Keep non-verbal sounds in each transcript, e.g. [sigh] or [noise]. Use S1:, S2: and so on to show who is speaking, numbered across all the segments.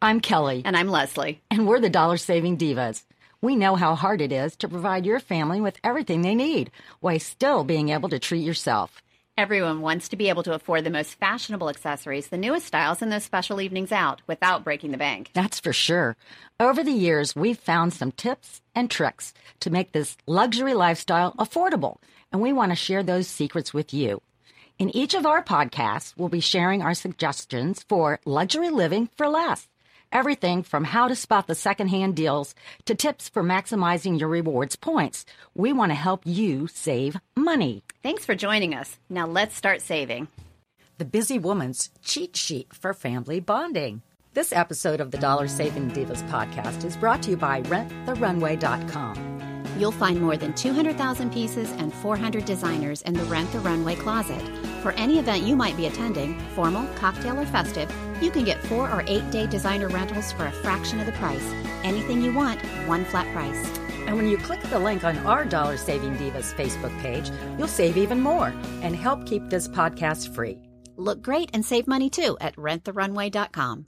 S1: I'm Kelly,
S2: And I'm Leslie.
S1: and we're the Dollar Saving Divas. We know how hard it is to provide your family with everything they need while still being able to treat yourself.
S2: Everyone wants to be able to afford the most fashionable accessories, the newest styles, and those special evenings out without breaking the bank.
S1: That's for sure. Over the years, we've found some tips and tricks to make this luxury lifestyle affordable, and we want to share those secrets with you. In each of our podcasts, we'll be sharing our suggestions for luxury living for less. Everything from how to spot the secondhand deals to tips for maximizing your rewards points. We want to help you save money.
S2: Thanks for joining us. Now let's start saving.
S1: The Busy Woman's Cheat Sheet for Family Bonding. This episode of the Dollar Saving Divas podcast is brought to you by renttherunway.com.
S2: You'll find more than 200,000 pieces and 400 designers in the Rent the Runway closet. For any event you might be attending, formal, cocktail, or festive, you can get four or eight day designer rentals for a fraction of the price. Anything you want, one flat price.
S1: And when you click the link on our Dollar Saving Divas Facebook page, you'll save even more and help keep this podcast free.
S2: Look great and save money too at renttherunway.com.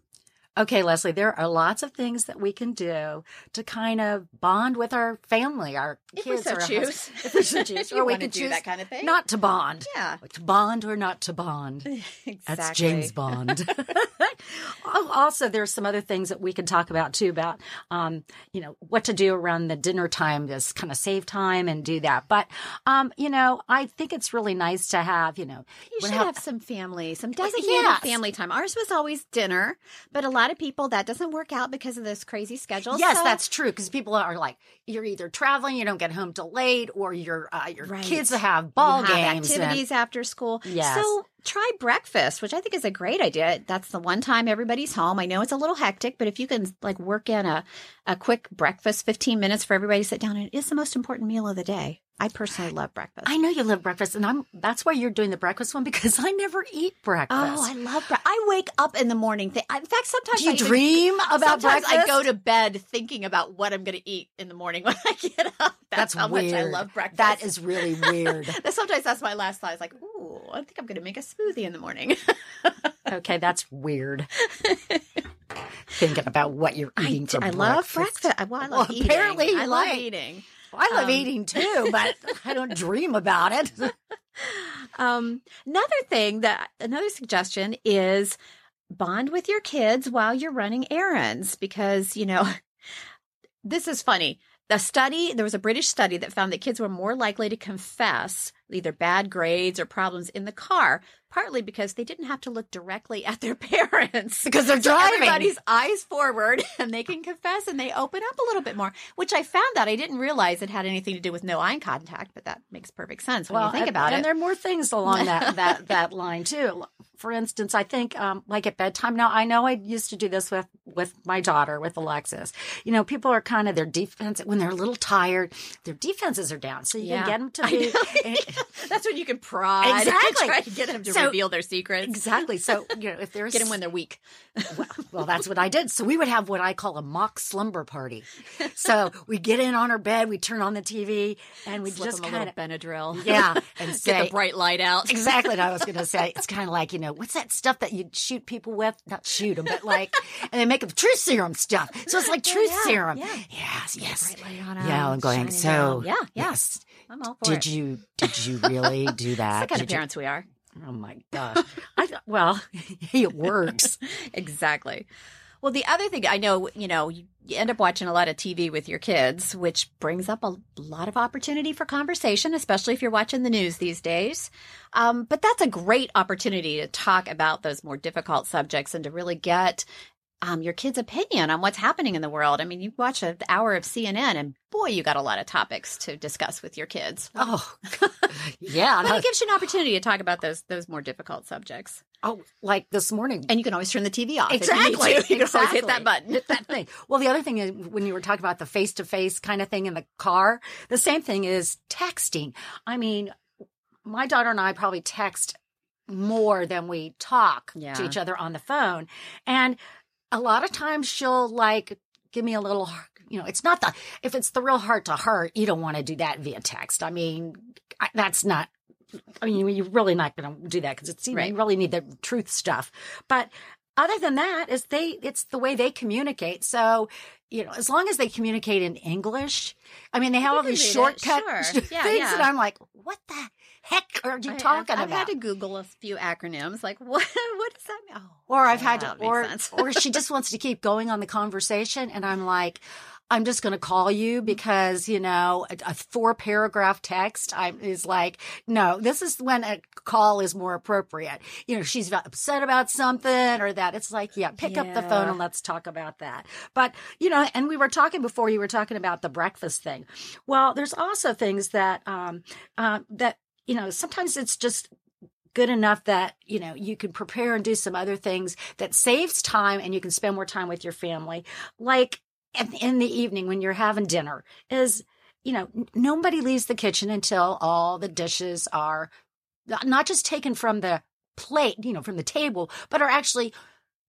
S1: Okay, Leslie, there are lots of things that we can do to kind of bond with our family, our
S3: If we
S1: kids,
S3: so
S1: or our
S3: choose.
S1: husband- if
S3: [laughs]
S1: we so choose,
S3: You
S1: or we
S3: wanna
S1: could
S3: do
S1: choose
S3: that kind of thing.
S1: not to bond.
S3: Yeah.
S1: to bond or not to bond.
S3: [laughs]
S1: Exactly. That's James
S3: Exactly.
S1: Bond.
S2: [laughs]
S1: [laughs] oh, also, there's some other things that we can talk about too about, um, you know, what to do around the dinner time to s- kind of save time and do that. But, um, you know, I think it's really nice to have, you know,
S2: You
S1: when
S2: should
S1: how-
S2: have some family, some designated
S1: yes.
S2: family time. Ours was always dinner, but a lot of people that doesn't work out because of those crazy schedules.
S1: Yes,
S2: so-
S1: that's true. Because people are like, you're either traveling, you don't get home till late, or your uh, your
S2: Right.
S1: kids have
S2: You
S1: ball
S2: have
S1: games. and-
S2: activities after school.
S1: Yes.
S2: So try breakfast, which I think is a great idea. That's the one time everybody's home. I know it's a little hectic, but if you can like work in a, a quick breakfast, 15 minutes for everybody to sit down, it is the most important meal of the day. I personally love breakfast.
S1: I know you love breakfast, and I'm that's why you're doing the breakfast one because I never eat breakfast.
S2: Oh, I love breakfast. I wake up in the morning. Th- in fact, sometimes
S1: Do you
S2: I even-
S1: dream about
S2: sometimes
S1: breakfast?
S2: I go to bed thinking about what I'm going to eat in the morning [laughs] when I get up.
S1: That's
S2: That's, how
S1: weird.
S2: much I love breakfast.
S1: That is really weird.
S2: [laughs] That- Sometimes that's my last thought. It's like, ooh, I think I'm going to make a smoothie in
S1: [laughs]
S2: the morning.
S1: okay, that's weird. Thinking about what you're eating for
S2: I
S1: breakfast.
S2: love breakfast. I, well, I love
S1: Well,
S2: eating.
S1: apparently you
S2: I love
S1: like.
S2: eating.
S1: I love
S2: Um,
S1: eating too, but I don't dream about it.
S2: Um, another thing that another suggestion is bond with your kids while you're running errands because you know [laughs] this is funny. The study there was a British study that found that kids were more likely to confess either bad grades or problems in the car, partly because they didn't have to look directly at their [laughs] parents
S1: Because they're
S2: So
S1: driving.
S2: everybody's eyes forward [laughs] and they can confess and they open up a little bit more. Which I found that I didn't realize it had anything to do with no eye contact, but that makes perfect sense when you think
S1: and-
S2: about it.
S1: And there are more things along that that that line too. For instance, I think um, like at bedtime now. I know I used to do this with with my daughter with Alexis. You know, people are kind of their defense when they're a little tired. Their defenses are down, so you
S2: Yeah.
S1: can get them
S2: I
S1: to be.
S2: know. That's when you can [laughs] prod.
S1: Exactly.
S2: Try to get them to
S1: So-
S2: reveal their secrets.
S1: Exactly. So, you know, if there's
S2: Get them when they're weak.
S1: well, that's what I did. So we would have what I call a mock slumber
S2: [laughs]
S1: party. So we get in on our bed, we turn on the TV, and we
S2: Slip
S1: just
S2: them a
S1: kind of
S2: little
S1: [laughs]
S2: Benadryl. [laughs]
S1: yeah, and
S2: Get
S1: say,
S2: the bright light
S1: [laughs]
S2: out.
S1: Exactly what I was going to say. It's kind of like, you know, what's that stuff that you shoot people with? Not shoot them, but
S2: [laughs]
S1: like, and they make them true serum stuff. So it's like true
S2: yeah,
S1: serum.
S2: yeah.
S1: Yes, yes.
S2: light on 'em,
S1: Yeah, I'm going,
S2: shining
S1: so.
S2: down. Yeah, yeah.
S1: Yes.
S2: I'm all for
S1: Did
S2: it.
S1: you, did
S2: [laughs]
S1: you really do that?
S2: That's the kind of
S1: Did you-
S2: parents we are.
S1: oh my gosh. I, well, [laughs] it works.
S2: [laughs] Exactly. Well, the other thing I know, you know, you you end up watching a lot of TV with your kids, which brings up a lot of opportunity for conversation, especially if you're watching the news these days. Um, but that's a great opportunity to talk about those more difficult subjects and to really get um, your kid's opinion on what's happening in the world. I mean, you watch an hour of CNN, and boy, you got a lot of topics to discuss with your kids.
S1: Oh, [laughs] yeah.
S2: But
S1: no-
S2: it gives you an opportunity to talk about those those more difficult subjects.
S1: oh, like this morning.
S2: And you can always turn the TV off. if you need
S1: Exactly.
S2: to. [laughs] You can always
S1: Exactly.
S2: hit that button.
S1: Hit that thing. Well, the other thing is when you were talking about the face to face kind of thing in the car, the same thing is texting. I mean, my daughter and I probably text more than we talk
S2: Yeah.
S1: to each other on the phone. And a lot of times she'll like give me a little, you know, it's not the, if it's the real heart to heart, you don't want to do that via text. I mean, I, that's not I mean, you're really not going to do that because it's you, know, you
S2: Right.
S1: really need the truth stuff. But other than that, is they it's the way they communicate. So you know, as long as they communicate in English, I mean, they have all
S2: can
S1: these
S2: read it,
S1: shortcut [laughs]
S2: sure. Yeah,
S1: things,
S2: yeah.
S1: and I'm like, what the heck are you
S2: I-
S1: talking
S2: I've, I've
S1: about?
S2: had to Google a few acronyms. Like, [laughs] what what does that mean? Oh,
S1: or I've
S2: yeah,
S1: had to,
S2: that makes
S1: or
S2: sense.
S1: or she just wants to keep going on the conversation, and I'm like. I'm just going to call you because, you know, a, a four paragraph text I, is like, no, this is when a call is more appropriate. You know, she's upset about something or that. It's like, yeah, pick up the phone
S2: Yeah.
S1: and let's talk about that. But, you know, and we were talking before you were talking about the breakfast thing. Well, there's also things that, um, uh, that, you know, sometimes it's just good enough that you know you can prepare and do some other things that saves time and you can spend more time with your family like in, in the evening when you're having dinner is you know n- nobody leaves the kitchen until all the dishes are not- not just taken from the plate you know from the table but are actually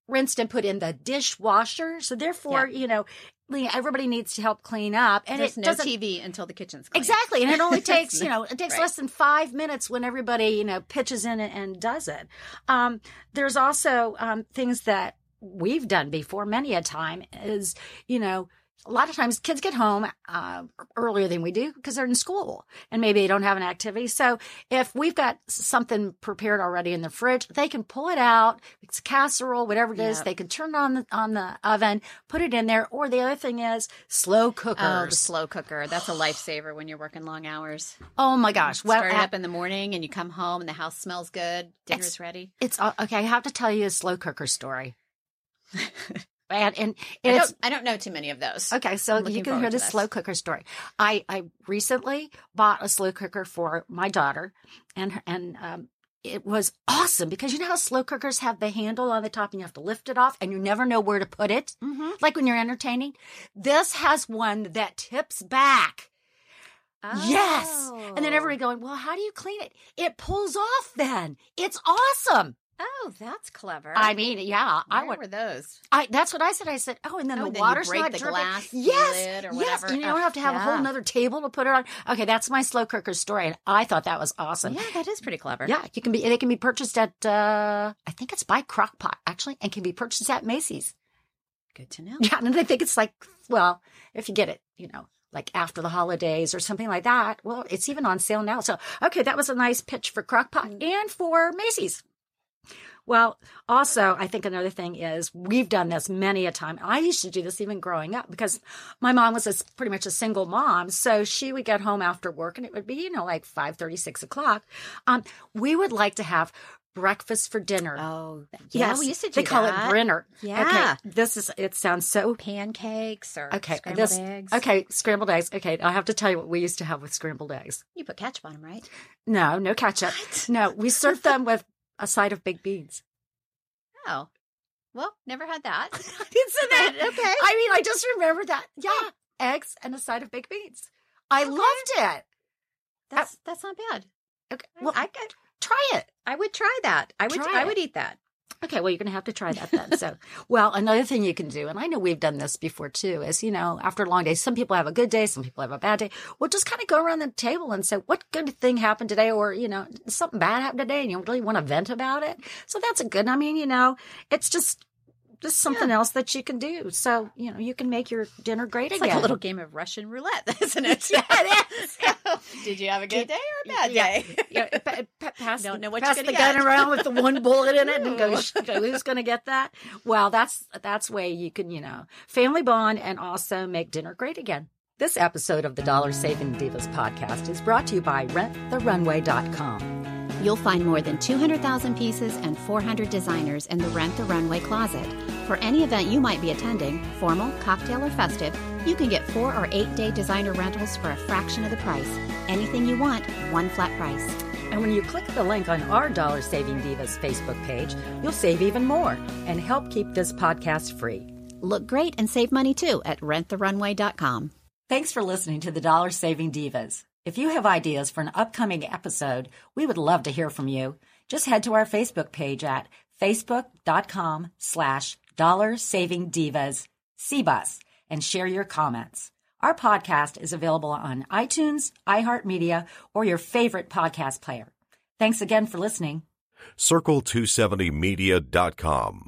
S1: rinsed and put in the dishwasher so therefore you know Leah, everybody needs to help clean up and
S2: [laughs] There's
S1: it
S2: no
S1: doesn't
S2: TV until the kitchen's clean.
S1: Exactly. And it
S2: [laughs]
S1: only takes, you know, it takes
S2: Right.
S1: less than five minutes when everybody, you know, pitches in and, and does it. Um, there's also um, things that we've done before many a time is, you know, a lot of times kids get home uh, earlier than we do because they're in school and maybe they don't have an activity. So if we've got something prepared already in the fridge, they can pull it out. It's a casserole, whatever it is.
S2: Yep.
S1: They can turn it on the on the oven, put it in there. Or the other thing is slow cookers.
S2: Oh, the slow cooker.
S1: [sighs]
S2: That's a lifesaver when you're working long hours.
S1: Oh my gosh! Well,
S2: Mm, Start it
S1: at-
S2: up in the morning and you come home and the house smells good, dinner's ready.
S1: It's uh, okay. I have to tell you a slow cooker
S2: [laughs]
S1: story. and and
S2: I
S1: it's
S2: don't, I don't know too many of those.
S1: okay. So
S2: I'm
S1: you
S2: looking
S1: can hear
S2: forward
S1: the
S2: to this.
S1: slow cooker story. I I recently bought a slow cooker for my daughter, and her- and um, it was awesome because you know how slow cookers have the handle on the top and you have to lift it off and you never know where to put it.
S2: Mm-hmm.
S1: Like when you're entertaining, this has one that tips back. Yes. And then
S2: Oh.
S1: everybody going, well, how do you clean it? It pulls off then. It's awesome.
S2: Oh, that's clever.
S1: I mean, yeah, I
S2: Where
S1: would.
S2: were those?
S1: I that's what I said. I said, oh, and then
S2: Oh,
S1: the
S2: and then you
S1: water's
S2: break
S1: not
S2: the
S1: dripping.
S2: glass
S1: yes,
S2: lid
S1: yes,
S2: or whatever.
S1: and you don't
S2: Ugh,
S1: have to have a whole
S2: yeah.
S1: nother table to put it on. Okay, that's my slow cooker story, and I thought that was awesome.
S2: Yeah, that is pretty clever.
S1: Yeah, you can be. They can be purchased at uh I think it's by Crock-Pot, actually, and can be purchased at Macy's.
S2: Good to know.
S1: Yeah, and I think it's like, well, if you get it, you know, like after the holidays or something like that. Well, it's even on sale now. So, okay, that was a nice pitch for
S2: Mm-hmm.
S1: Crock-Pot and for Macy's. Well, also, I think another thing is we've done this many a time. I used to do this even growing up because my mom was a, pretty much a single mom. So she would get home after work and it would be, you know, like 5 6 o'clock. Um, we would like to have breakfast for dinner.
S2: Oh, yeah. we used to do
S1: They call
S2: that.
S1: it Brinner.
S2: Yeah.
S1: Okay, this is, it sounds so
S2: pancakes or
S1: Okay,
S2: scrambled
S1: this,
S2: eggs.
S1: Okay, scrambled eggs. Okay, I have to tell you what we used to have with scrambled eggs.
S2: You put ketchup on them, right?
S1: No, no ketchup. No, we served them with a side of baked
S2: [laughs]
S1: beans.
S2: Oh. Well, never had [laughs] that.
S1: Isn't [laughs]
S2: that- okay.
S1: I mean, I just remember that. Yeah, eggs and a side of baked beans. I loved it.
S2: That's that's not bad.
S1: Okay,
S2: Well,
S1: well,
S2: I could
S1: try it.
S2: I would try that. I would
S1: Try
S2: I
S1: it.
S2: would eat that.
S1: Okay, well, you're going to have to try that then. So, [laughs] well, another thing you can do, and I know we've done this before too, is, you know, after a long day, some people have a good day, some people have a bad day. Well, just kind of go around the table and say, what good thing happened today? Or, you know, something bad happened today and you really want to vent about it. So that's a good, I mean, you know, it's just, just something else that you can do. So, you know, you can make your dinner great
S2: It's
S1: again.
S2: like a little game of Russian roulette, [laughs] isn't it?
S1: Yeah, it is.
S2: [laughs] Did you have a good day or a bad
S1: Yeah.
S2: day?
S1: Yeah, pa- pa- pass,
S2: Don't know what
S1: pass
S2: you're
S1: the
S2: gonna
S1: gun
S2: get.
S1: around with the one bullet in it and go, "Sh- go, who's going to get that? Well, that's that's way you can, you know, family bond and also make dinner great again. This episode of the Dollar Saving Divas podcast is brought to you by renttherunway.com.
S2: [laughs] You'll find more than 200,000 pieces and 400 designers in the Rent the Runway closet. For any event you might be attending, formal, cocktail, or festive, you can get four or eight day designer rentals for a fraction of the price. Anything you want, one flat price.
S1: And when you click the link on our Dollar Saving Divas Facebook page, you'll save even more and help keep this podcast free.
S2: Look great and save money too at renttherunway.com.
S1: Thanks for listening to the Dollar Saving Divas. If you have ideas for an upcoming episode, we would love to hear from you. Just head to our Facebook page at facebook.com slash dollar saving divas CBUS and share your comments. Our podcast is available on iTunes, iHeartMedia, or your favorite podcast player. Thanks again for listening.
S4: Circle270media.com.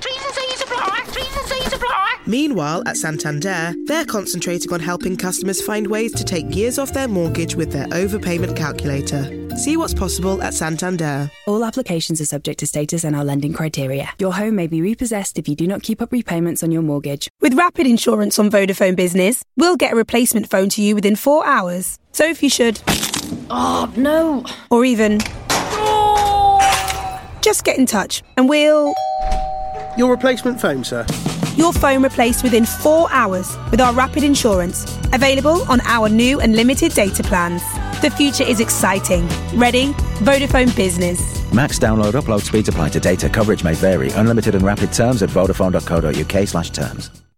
S5: Trees and seas apply. Trees and seas apply.
S6: Meanwhile, at Santander, they're concentrating on helping customers find ways to take years off their mortgage with their overpayment calculator. See what's possible at Santander.
S7: All applications are subject to status and our lending criteria. Your home may be repossessed if you do not keep up repayments on your mortgage.
S8: With Rapid Insurance on Vodafone Business, we'll get a replacement phone to you within four hours. So if you should,
S9: Oh, no.
S8: or even, just get in touch and we'll.
S10: Your replacement phone, sir.
S8: Your phone replaced within four hours with our Rapid Insurance, available on our new and limited data plans. The future is exciting. Ready? Vodafone Business.
S11: Max download upload speeds apply to data. Coverage may vary. Unlimited and rapid terms at vodafone.co.uk slash terms.